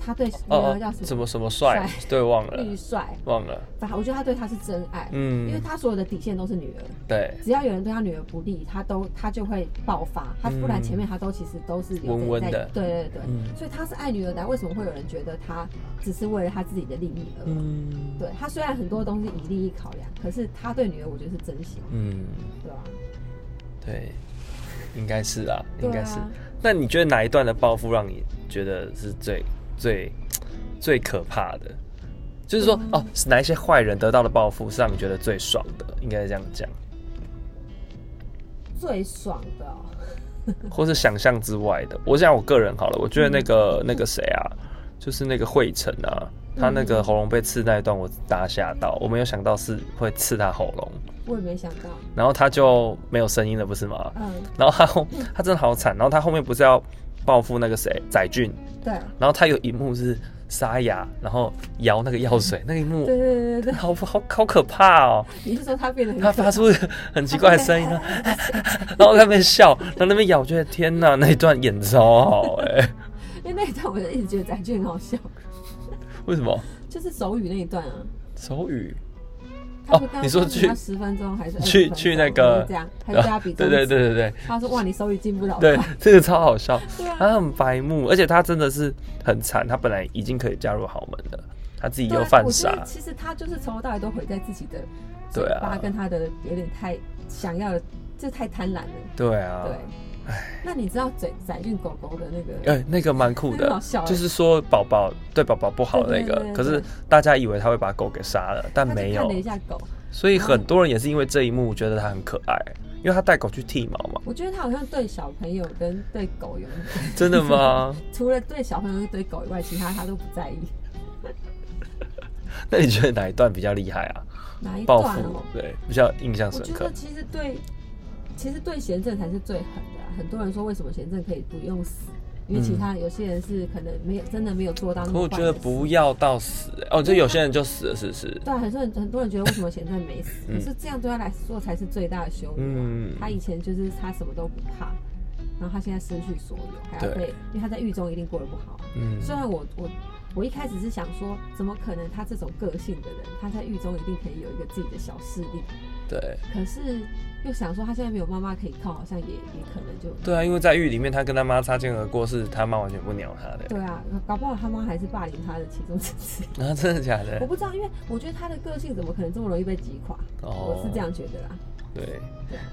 Speaker 2: 他对那
Speaker 1: 哦
Speaker 2: 个叫
Speaker 1: 哦，
Speaker 2: 什
Speaker 1: 什
Speaker 2: 么
Speaker 1: 么什么帅，对，忘
Speaker 2: 绿
Speaker 1: 了
Speaker 2: 帅，
Speaker 1: 忘了，
Speaker 2: 反正我觉得他对他是真爱，因为
Speaker 1: 嗯，
Speaker 2: 他所有的底线都是女儿，
Speaker 1: 对，
Speaker 2: 只要有人对他女儿不利，他都他就会爆发，他不然前面他都其实都是有
Speaker 1: 温温的
Speaker 2: 对对对，
Speaker 1: 嗯
Speaker 2: 所以他是爱女儿的啊，为什么会有人觉得他只是为了他自己的利益而？
Speaker 1: 嗯，
Speaker 2: 对他虽然很多东西以利益考量，可是他对女儿我觉得是真心，
Speaker 1: 嗯，
Speaker 2: 对吧、
Speaker 1: 对，应该是啦，
Speaker 2: 对
Speaker 1: 应
Speaker 2: 啊
Speaker 1: 该是。那你觉得哪一段的报复让你觉得是最最最可怕的？就是说，哦，是哪一些坏人得到的报复是让你觉得最爽的？应该这样讲，
Speaker 2: 最爽的哦、
Speaker 1: 或是想象之外的。我想我个人好了，我觉得那个、那个谁啊，就是那个惠成啊，他那个喉咙被刺那一段，我大吓到，我没有想到是会刺他喉咙，
Speaker 2: 我也没想到，
Speaker 1: 然后他就没有声音了，不是吗？
Speaker 2: 嗯，
Speaker 1: 然后他后他真的好惨，然后他后面不是要报复那个谁载俊，
Speaker 2: 对，
Speaker 1: 然后他有一幕是沙哑，然后摇那个药水，
Speaker 2: (laughs)
Speaker 1: 那一幕
Speaker 2: 对对对对对， (laughs)
Speaker 1: 好好好可怕哦！
Speaker 2: 你是说他变得很
Speaker 1: 他
Speaker 2: 可
Speaker 1: 发出很奇怪的声音呢，然后在那边笑，然后那边咬，我觉得天哪，那一段演得超好哎、
Speaker 2: (laughs) 因为那一段我就一直觉得载俊很好笑，
Speaker 1: 为什么？
Speaker 2: 就是手语那一段啊。
Speaker 1: 手语
Speaker 2: 他不是
Speaker 1: 哦
Speaker 2: 刚刚
Speaker 1: 你说去
Speaker 2: 十分钟还是20
Speaker 1: 去
Speaker 2: 分钟
Speaker 1: 去那个啊
Speaker 2: 就是这样，还是加
Speaker 1: (laughs)
Speaker 2: 比
Speaker 1: 对对对，对对
Speaker 2: 他说哇，你手语进不了吧，
Speaker 1: 对， (laughs) 这个超好笑，
Speaker 2: 对啊
Speaker 1: 他很白目，而且他真的是很惨，他本来已经可以加入豪门了，他自己
Speaker 2: 对啊
Speaker 1: 又犯
Speaker 2: 我觉
Speaker 1: 傻
Speaker 2: 得，其实他就是从头到尾都毁在自己的
Speaker 1: 对
Speaker 2: 嘴
Speaker 1: 啊
Speaker 2: 巴跟他的有点太想要的，这太贪婪了。
Speaker 1: 对啊，
Speaker 2: 对，那你知道宰宰运狗狗的那
Speaker 1: 哎、
Speaker 2: 个？
Speaker 1: 那个蛮酷
Speaker 2: 很
Speaker 1: 的
Speaker 2: 好笑，哎
Speaker 1: 就是说宝宝对宝宝不好的那
Speaker 2: 对对
Speaker 1: 个
Speaker 2: 对，对
Speaker 1: 可是
Speaker 2: 对
Speaker 1: 大家以为他会把狗给杀了，但
Speaker 2: 他就
Speaker 1: 没有
Speaker 2: 看了。一下狗，
Speaker 1: 所以很多人也是因为这一幕觉得它很可爱，因为他带狗去剃毛
Speaker 2: (laughs)
Speaker 1: 嘛。
Speaker 2: 我觉得他好像对小朋友跟对狗有， (laughs)
Speaker 1: 真的吗？
Speaker 2: 除了对小朋友跟对狗以外，其他他都不在意。
Speaker 1: 那你觉得哪一段比较厉害啊？
Speaker 2: 哪一
Speaker 1: 报
Speaker 2: 段
Speaker 1: 复
Speaker 2: 哦？
Speaker 1: 对比较印象
Speaker 2: 我
Speaker 1: 深
Speaker 2: 觉
Speaker 1: 刻
Speaker 2: 得。其实对，其实对贤正才是最狠的啊、很多人说为什么贤正可以不用死，因为其他有些人是可能没有真的没有做到那
Speaker 1: 嗯可
Speaker 2: 么
Speaker 1: 我
Speaker 2: 坏
Speaker 1: 觉
Speaker 2: 的事。
Speaker 1: 得不要到死哦，就有些人就死了，是不是？
Speaker 2: 对啊，很多人很多人觉得为什么贤正没死，
Speaker 1: 嗯
Speaker 2: 可是这样对他来说才是最大的羞辱、啊。
Speaker 1: 嗯
Speaker 2: 他以前就是他什么都不怕，然后他现在失去所有，还要
Speaker 1: 对
Speaker 2: 被，因为他在狱中一定过得不好啊、
Speaker 1: 嗯，
Speaker 2: 虽然我我我一开始是想说，怎么可能他这种个性的人，他在狱中一定可以有一个自己的小势力，
Speaker 1: 对
Speaker 2: 可是又想说他现在没有妈妈可以靠，好像也也可能就
Speaker 1: 对啊，因为在狱里面，他跟他妈擦肩而过，是他妈完全不鸟他的。
Speaker 2: 对啊，搞不好他妈还是霸凌他的其中之一。
Speaker 1: 啊，真的假的
Speaker 2: 我？不知道，因为我觉得他的个性怎么可能这么容易被击垮？
Speaker 1: 哦
Speaker 2: 我是这样觉得啦。
Speaker 1: 对，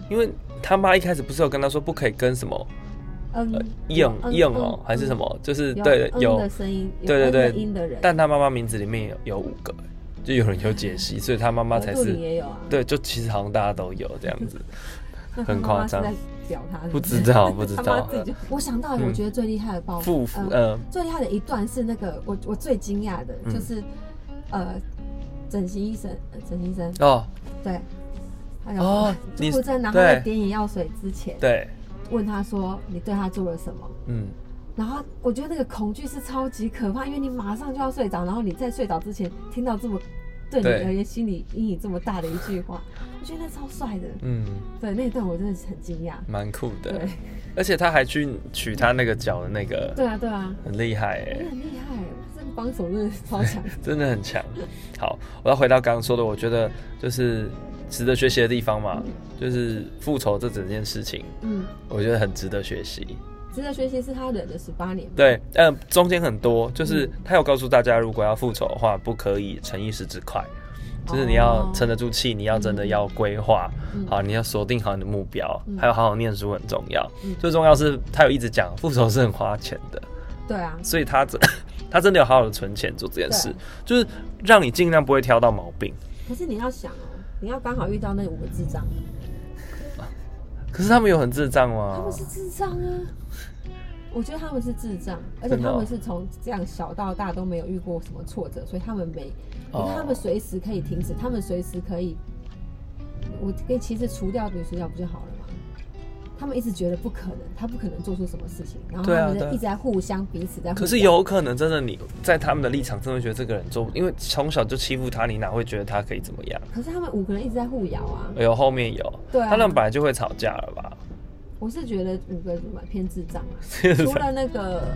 Speaker 1: 因为他妈一开始不是有跟他说不可以跟什么
Speaker 2: 嗯
Speaker 1: 呃，硬
Speaker 2: 有嗯
Speaker 1: 硬
Speaker 2: 嗯
Speaker 1: 哦，还是什么，就是
Speaker 2: 有
Speaker 1: 对
Speaker 2: 嗯
Speaker 1: 有
Speaker 2: 的，声音，有
Speaker 1: 对对
Speaker 2: 嗯的
Speaker 1: 对
Speaker 2: 音的人，
Speaker 1: 但他妈妈名字里面有有五个，就有人有解析，所以他妈妈才
Speaker 2: 杜林
Speaker 1: 是
Speaker 2: 也有啊，，
Speaker 1: 对，就其实好像大家都有这样子，
Speaker 2: 嗯
Speaker 1: 很夸张
Speaker 2: 在表他是
Speaker 1: 不
Speaker 2: 是
Speaker 1: 知
Speaker 2: (laughs)
Speaker 1: 道不知
Speaker 2: 他妈
Speaker 1: 道
Speaker 2: 自己就，我想到我觉得最厉害的报复
Speaker 1: 父，父
Speaker 2: 呃
Speaker 1: 嗯
Speaker 2: 最厉害的一段是那个我我最惊讶的
Speaker 1: 嗯
Speaker 2: 就是，呃，整形医生，呃整形医生，
Speaker 1: 哦
Speaker 2: 对，还有
Speaker 1: 哦，
Speaker 2: 就
Speaker 1: 你
Speaker 2: 不在拿他的
Speaker 1: 对
Speaker 2: 点眼药水之前，
Speaker 1: 对，
Speaker 2: 问他说你对他做了什么？
Speaker 1: 嗯，
Speaker 2: 然后我觉得那个恐惧是超级可怕，因为你马上就要睡着，然后你在睡着之前听到这么对你
Speaker 1: 对
Speaker 2: 而言心理阴影这么大的一句话，我觉得那超帅的。
Speaker 1: 嗯，
Speaker 2: 对，那一段我真的是很惊讶。
Speaker 1: 蛮酷的
Speaker 2: 对，，
Speaker 1: 而且他还去取他那个脚的那个，
Speaker 2: 对啊，对啊，
Speaker 1: 很厉害
Speaker 2: 你
Speaker 1: 哎，
Speaker 2: 很厉害，这个帮手真的是
Speaker 1: (laughs)
Speaker 2: 超强。
Speaker 1: 真的很强。好，我要回到刚刚说的，我觉得就是值得学习的地方嘛，就是复仇这整件事情，
Speaker 2: 嗯，
Speaker 1: 我觉得很值得学习。
Speaker 2: 值得学习是他忍了十八年嘛。
Speaker 1: 对，嗯、中间很多，就是他有告诉大家，如果要复仇的话，不可以逞一时之快，就是你要
Speaker 2: 哦
Speaker 1: 撑得住气，你要真的要规划
Speaker 2: 嗯
Speaker 1: 好，你要锁定好你的目标，
Speaker 2: 嗯
Speaker 1: 还有好好念书很重要
Speaker 2: 嗯。
Speaker 1: 最重要是，他有一直讲复仇是很花钱的，
Speaker 2: 对啊，
Speaker 1: 所以他真 (coughs) 他真的有好好的存钱做这件事
Speaker 2: 对，啊
Speaker 1: 就是让你尽量不会挑到毛病。
Speaker 2: 可是你要想哦，你要刚好遇到那五个智障，
Speaker 1: 可是他们有很智障吗
Speaker 2: 他们？是智障啊。我觉得他们是智障，而且
Speaker 1: 真的
Speaker 2: 他
Speaker 1: 哦
Speaker 2: 们是从这样小到大都没有遇过什么挫折，所以他们没，你看
Speaker 1: 哦
Speaker 2: 他们随时可以停止，他们随时可以，我可以其实除掉女主角不就好了吗？他们一直觉得不可能，他不可能做出什么事情，然后
Speaker 1: 对啊
Speaker 2: 他们就
Speaker 1: 对啊
Speaker 2: 一直在互相彼此在互相。
Speaker 1: 可是有可能真的你在他们的立场，真的觉得这个人做不，因为从小就欺负他，你哪会觉得他可以怎么样？
Speaker 2: 可是他们五个人一直在互咬啊。
Speaker 1: 有后面有，
Speaker 2: 对啊
Speaker 1: 他们本来就会吵架了吧？ (laughs)
Speaker 2: 我是觉得五个人蛮偏智障啊，除了那个啊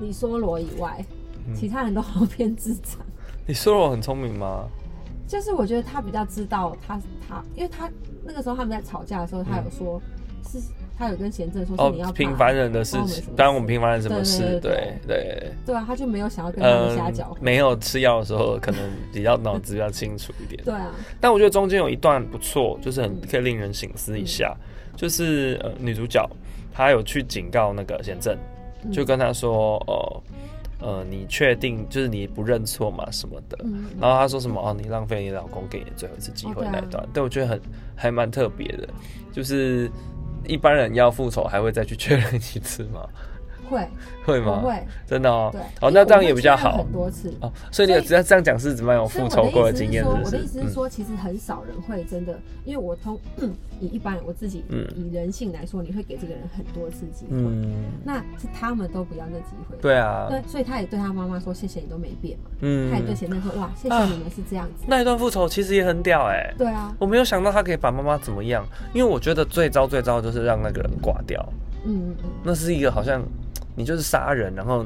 Speaker 2: 李梭罗以外，
Speaker 1: 嗯
Speaker 2: 其他人都好偏智障。
Speaker 1: 你说我很聪明吗？
Speaker 2: 就是我觉得他比较知道他他，因为他那个时候他们在吵架的时候，他有说、是他有跟贤正说
Speaker 1: 嗯哦
Speaker 2: 是你要，怕
Speaker 1: 平凡人的事
Speaker 2: 关我们
Speaker 1: 情
Speaker 2: 什么，
Speaker 1: 当然我们
Speaker 2: 事
Speaker 1: 平凡人什么事？
Speaker 2: 对
Speaker 1: 对
Speaker 2: 对
Speaker 1: 对，
Speaker 2: 对啊，他就没有想要跟他们瞎
Speaker 1: 嗯
Speaker 2: 搅和。，
Speaker 1: 没有吃药的时候，可能比较脑子比较清楚一点。
Speaker 2: 对啊，
Speaker 1: 但我觉得中间有一段不错，就是
Speaker 2: 嗯
Speaker 1: 很可以令人醒思一下，就是呃女主角她有去警告那个贤正，
Speaker 2: 嗯
Speaker 1: 就跟他说，呃呃，你确定就是你不认错嘛什么的，
Speaker 2: 嗯，
Speaker 1: 然后他说什么哦，你浪费你老公给你的最后一次机会
Speaker 2: 哦对
Speaker 1: 那
Speaker 2: 啊
Speaker 1: 一段，对我觉得很还蛮特别的，就是一般人要复仇还会再去确认一次吗？ (laughs)
Speaker 2: 会
Speaker 1: 会
Speaker 2: 我
Speaker 1: 吗？
Speaker 2: 会
Speaker 1: 真的哦
Speaker 2: 对。
Speaker 1: 哦，
Speaker 2: 因为
Speaker 1: 那这样
Speaker 2: 我
Speaker 1: 也
Speaker 2: 会
Speaker 1: 比较
Speaker 2: 确认
Speaker 1: 好
Speaker 2: 很多次。
Speaker 1: 哦。所以你也
Speaker 2: 所以
Speaker 1: 只要这样讲是怎么样有
Speaker 2: 所以
Speaker 1: 复
Speaker 2: 我
Speaker 1: 仇过
Speaker 2: 的意
Speaker 1: 经
Speaker 2: 思是
Speaker 1: 验，是
Speaker 2: 说，
Speaker 1: 不嗯
Speaker 2: 我的意思
Speaker 1: 是？
Speaker 2: 是说，其实很少人会真的，因为我通以一般人我自己
Speaker 1: 嗯
Speaker 2: 以人性来说，你会给这个人很多次机会，
Speaker 1: 嗯，
Speaker 2: 那是他们都不要那机会。
Speaker 1: 对啊，
Speaker 2: 对，所以他也对他妈妈说：“谢谢你都没变嘛。”他也对
Speaker 1: 嗯，
Speaker 2: 贤正说：“哇，谢
Speaker 1: 啊
Speaker 2: 谢你们是这样子。
Speaker 1: 那一段复仇其实也很屌哎”、
Speaker 2: 对啊，
Speaker 1: 我没有想到他可以把妈妈怎么样，因为我觉得最糟最糟的就是让那个人挂掉，
Speaker 2: 嗯嗯
Speaker 1: 那是一个好像你就是杀人，然后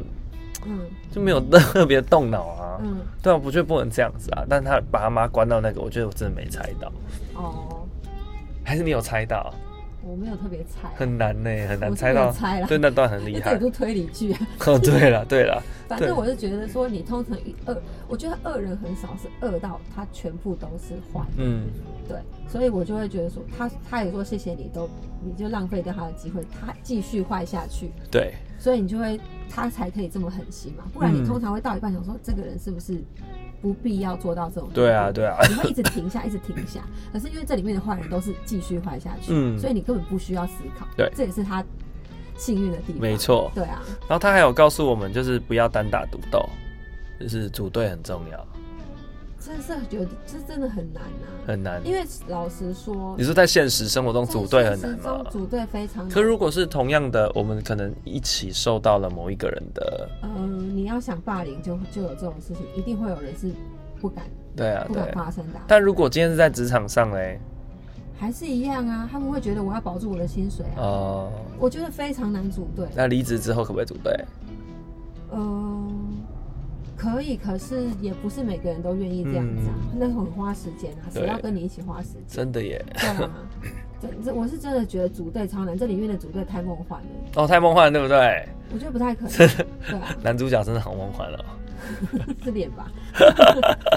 Speaker 2: 嗯
Speaker 1: 就没有特别动脑啊。
Speaker 2: 嗯，
Speaker 1: 对啊，我觉得不能这样子啊。但他把他妈关到那个，我觉得我真的没猜到，
Speaker 2: 哦，
Speaker 1: 还是你有猜到？
Speaker 2: 我没有特别猜，
Speaker 1: 很难呢、很难
Speaker 2: 我是
Speaker 1: 猜
Speaker 2: 没
Speaker 1: 到。
Speaker 2: 有猜啦
Speaker 1: 对，那段很
Speaker 2: 那
Speaker 1: 厉
Speaker 2: 这也 (laughs)
Speaker 1: 害
Speaker 2: 不。是推理
Speaker 1: (laughs)
Speaker 2: 剧啊。
Speaker 1: 哦，对了，对了，
Speaker 2: 反
Speaker 1: 对
Speaker 2: 正我是觉得说，你通常一恶，我觉得恶人很少是恶到他全部都是坏，
Speaker 1: 嗯，
Speaker 2: 对，所以我就会觉得说，他他也说谢谢你都，你就浪费掉他的机会，他继续坏下去，
Speaker 1: 对，
Speaker 2: 所以你就会他才可以这么狠心嘛，不然
Speaker 1: 嗯
Speaker 2: 你通常会到一半想说，这个人是不是不必要做到这种。
Speaker 1: 对啊，，对啊，
Speaker 2: 你会一直停
Speaker 1: (laughs)
Speaker 2: 下，一直停下。可是因为这里面的坏人都是继续坏下去，
Speaker 1: 嗯
Speaker 2: 所以你根本不需要思考。
Speaker 1: 对
Speaker 2: 这也是他幸运的地方。
Speaker 1: 没。错。
Speaker 2: 对啊，
Speaker 1: 然后他还有告诉我们，就是不要单打独斗，就是组队很重要，
Speaker 2: 真的是有，这真的很难啊。
Speaker 1: 很难。
Speaker 2: 因为老实说
Speaker 1: 你，说在现实生活中
Speaker 2: 在
Speaker 1: 组队
Speaker 2: 现
Speaker 1: 很
Speaker 2: 实
Speaker 1: 难吗
Speaker 2: 中？组队非常难。
Speaker 1: 可如果是同样的，我们可能一起受到了某一个人的，
Speaker 2: 嗯，你要想霸凌就，就有这种事情，一定会有人是不敢
Speaker 1: 对啊，
Speaker 2: 不
Speaker 1: 对
Speaker 2: 敢
Speaker 1: 啊。
Speaker 2: 发生的啊、
Speaker 1: 但如果今天是在职场上嘞，
Speaker 2: 还是一样啊。他们会觉得我要保住我的薪水啊。
Speaker 1: 哦、
Speaker 2: 我觉得非常难组队。
Speaker 1: 那离职之后可不可以组队？
Speaker 2: 嗯，可以，可是也不是每个人都愿意这样子啊，那很花时间啊，
Speaker 1: 嗯对
Speaker 2: 谁要跟你一起花时间？
Speaker 1: 真的耶！
Speaker 2: 对
Speaker 1: (laughs)
Speaker 2: 啊，这这我是真的觉得组队超难，这里面的组队太梦幻了，
Speaker 1: 哦，太梦幻了，对不对？
Speaker 2: 我觉得不太可能。对啊， (laughs)
Speaker 1: 男主角真的好梦幻哦。
Speaker 2: 是脸
Speaker 1: (laughs)
Speaker 2: 吧？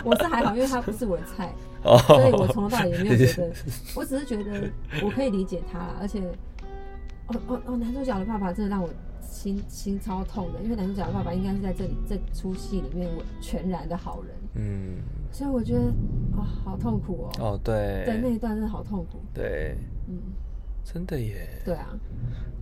Speaker 2: 我是还好，因为他不是我的菜，
Speaker 1: 哦，
Speaker 2: 所以我从头到尾也没有觉得，我只是觉得我可以理解他啦，而且，哦哦哦，男主角的爸爸真的让我心心超痛的，因为男主角的爸爸应该是在这里这出戏里面我全然的好人，
Speaker 1: (laughs) 嗯，
Speaker 2: 所以我觉得啊、好痛苦哦。
Speaker 1: 哦，
Speaker 2: 对，那
Speaker 1: 对，
Speaker 2: 一段真的好痛苦。
Speaker 1: 对，
Speaker 2: 嗯，
Speaker 1: 真的耶。
Speaker 2: 对啊，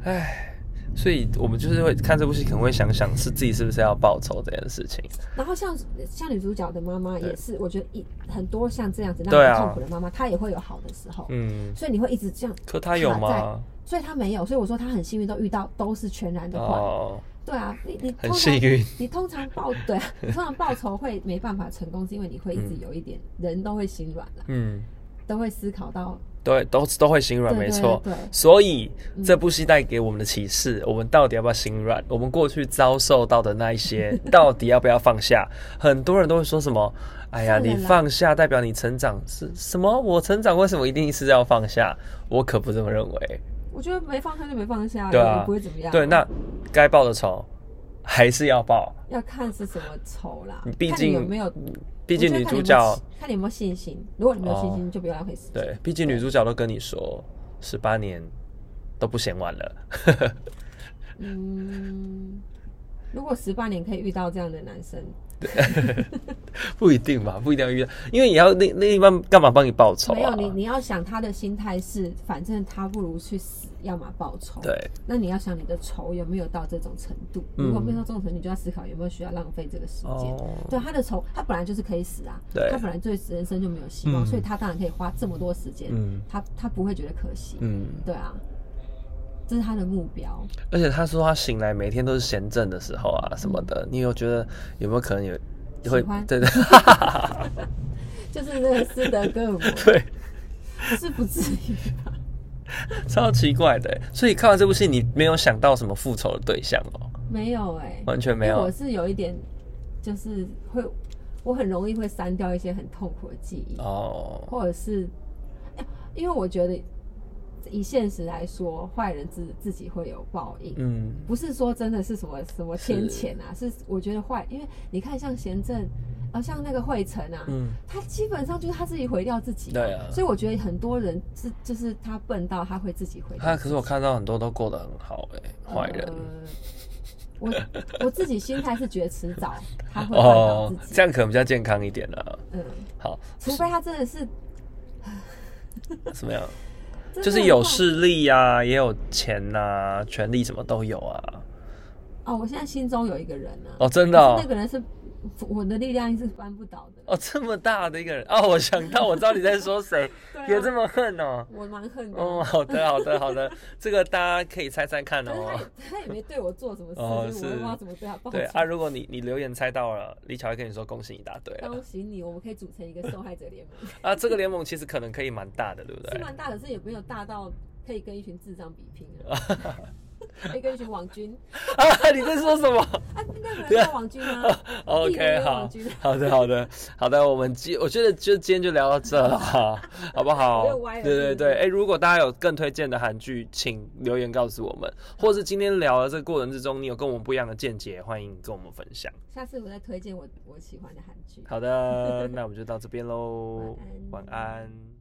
Speaker 1: 唉，所以我们就是会看这部戏，可能会想想是自己是不是要报仇这件事情。
Speaker 2: 然后像像女主角的妈妈也是，我觉得一很多像这样子让
Speaker 1: 对
Speaker 2: 人
Speaker 1: 啊
Speaker 2: 痛苦的妈妈，她也会有好的时候，
Speaker 1: 嗯，
Speaker 2: 所以你会一直这样，
Speaker 1: 可他有
Speaker 2: 卡
Speaker 1: 吗？
Speaker 2: 所以她没有，所以我说她很幸运，都遇到都是全然的坏。
Speaker 1: 哦，
Speaker 2: 对啊，你你
Speaker 1: 很
Speaker 2: 通
Speaker 1: 幸
Speaker 2: 常
Speaker 1: 运。
Speaker 2: 你通常报对、
Speaker 1: (laughs)
Speaker 2: 啊，你通常报仇会没办法成功，是因为你会一直有一点、人都会心软啦，
Speaker 1: 嗯，
Speaker 2: 都会思考到，
Speaker 1: 对，都都会心软，
Speaker 2: 对
Speaker 1: 没
Speaker 2: 对
Speaker 1: 错。
Speaker 2: 对嗯
Speaker 1: 所以这部戏带给我们的启示，我们到底要不要心软？我们过去遭受到的那一
Speaker 2: (laughs)
Speaker 1: 些，到底要不要放下？很多人都会说什么：“哎呀，
Speaker 2: 当然
Speaker 1: 你
Speaker 2: 啦
Speaker 1: 放下代表你成长是什么？我成长为什么一定是要放下？”我可不这么认为。
Speaker 2: 我觉得没放下就没放下，
Speaker 1: 对啊
Speaker 2: 也不会怎么样啊。
Speaker 1: 对，那该报的仇还是要报。
Speaker 2: 要看是什么仇啦，
Speaker 1: 毕
Speaker 2: 看你
Speaker 1: 竟
Speaker 2: 有没有
Speaker 1: 毕竟
Speaker 2: 我觉
Speaker 1: 女主
Speaker 2: 得看你有没有
Speaker 1: 角哦
Speaker 2: 信，看你有没有信心。如果你没有信心，就不要浪费时间。
Speaker 1: 对，毕竟女主角都跟你说，十八年都不嫌晚了。
Speaker 2: 嗯，如果十八年可以遇到这样的男生，
Speaker 1: 不一定吧，不一定要遇到，因为也要那那一般干嘛帮你报仇
Speaker 2: 没有
Speaker 1: 啊？
Speaker 2: 你，你要想他的心态是，反正他不如去死，要么报仇。，
Speaker 1: 对，
Speaker 2: 那你要想你的仇有没有到这种程度？
Speaker 1: 嗯
Speaker 2: 如果没有到这种程度，你就要思考有没有需要浪费这个时间。
Speaker 1: 哦，
Speaker 2: 对他的仇，他本来就是可以死啊，
Speaker 1: 对
Speaker 2: 他本来对人生就没有希望，
Speaker 1: 嗯
Speaker 2: 所以他当然可以花这么多时间，
Speaker 1: 嗯
Speaker 2: 他他不会觉得可惜。
Speaker 1: 嗯，
Speaker 2: 对啊，这是他的目
Speaker 1: (laughs)
Speaker 2: 标。
Speaker 1: 而且她说她醒来每天都是闲症的时候啊什么的，你有觉得有没有可能有会
Speaker 2: 嗯喜欢
Speaker 1: 对 (laughs) 对
Speaker 2: 就是那个斯德哥尔摩
Speaker 1: 对，
Speaker 2: 是不至于吧？
Speaker 1: 超奇怪的。所以看完这部戏，你没有想到什么复仇的对象哦，
Speaker 2: 没有哎、
Speaker 1: 完全 (laughs) 没
Speaker 2: 因为
Speaker 1: 有
Speaker 2: 我是有一点，就是会，我很容易会删掉一些很痛苦的记忆，
Speaker 1: 哦，
Speaker 2: 或者是，哎因为我觉得以现实来说，坏人自自己会有报应。
Speaker 1: 嗯，
Speaker 2: 不是说真的是什么什么天谴啊，是我觉得坏，因为你看像贤正，啊像那个惠成啊，
Speaker 1: 嗯
Speaker 2: 他基本上就是他自己毁掉自己，
Speaker 1: 对啊
Speaker 2: 所以我觉得很多人是就是他笨到他会自己毁掉
Speaker 1: 他可是我看到很多都过得很好哎、坏人。
Speaker 2: 呃我我自己心态是觉得迟
Speaker 1: (laughs)
Speaker 2: 早他嗯会换到
Speaker 1: 哦
Speaker 2: 自，己，
Speaker 1: 这样可能比较健康一点啦。
Speaker 2: 嗯，
Speaker 1: 好，
Speaker 2: 除非他真的是
Speaker 1: 怎么样？
Speaker 2: 真的
Speaker 1: 就是
Speaker 2: 很
Speaker 1: 有
Speaker 2: 坏
Speaker 1: 势力呀、也有钱呐、权力什么都有啊。
Speaker 2: 哦。我现在心中有一个人啊，
Speaker 1: 哦，真的
Speaker 2: 可
Speaker 1: 哦
Speaker 2: 是那，个人是我的力量是扳不倒的，
Speaker 1: 哦这么大的一个人哦，我想到，我知道你在说
Speaker 2: (laughs)
Speaker 1: 谁，
Speaker 2: 对
Speaker 1: 有
Speaker 2: 啊
Speaker 1: 这么恨
Speaker 2: (laughs)
Speaker 1: 哦。
Speaker 2: 我蛮恨的啊，
Speaker 1: 哦，好的，好的，好的，这个大家可以猜猜看
Speaker 2: 可是他
Speaker 1: 哦
Speaker 2: 也。他也没对我做什么事，
Speaker 1: 哦
Speaker 2: 就是
Speaker 1: 是
Speaker 2: 我也不知道怎么对他报
Speaker 1: 对
Speaker 2: 仇。
Speaker 1: 啊，如果你你留言猜到了，李巧会跟你说恭喜你答对啊了
Speaker 2: 恭喜你，我们可以组成一个受害者联盟，
Speaker 1: 啊。这个联盟其实可能可以蛮大的，对不
Speaker 2: 是
Speaker 1: (laughs) 对？
Speaker 2: 蛮大的，是也没有大到可以跟一群智障比拼
Speaker 1: (laughs)
Speaker 2: 啊，可以跟一群网军
Speaker 1: (laughs) 啊，你在说什
Speaker 2: (laughs)
Speaker 1: 么？
Speaker 2: 啊，那个人叫网军吗？一人
Speaker 1: (laughs) OK，
Speaker 2: 一个
Speaker 1: 好
Speaker 2: 网军，
Speaker 1: (laughs) 好的，好的，好的，我们今我觉得就今天就聊到这了， (laughs) 好不好
Speaker 2: 我又歪？了
Speaker 1: 对对
Speaker 2: 是不
Speaker 1: 对，
Speaker 2: 是
Speaker 1: 哎、如果大家有更推荐的韩剧，请留言告诉我们，或是今天聊的这个过程之中，你有跟我们不一样的见解，欢迎跟我们分享。
Speaker 2: 下次我再推荐我我喜欢的韩剧。 (laughs)
Speaker 1: 好的，那我们就到这边喽，
Speaker 2: 晚
Speaker 1: 晚
Speaker 2: 安
Speaker 1: 安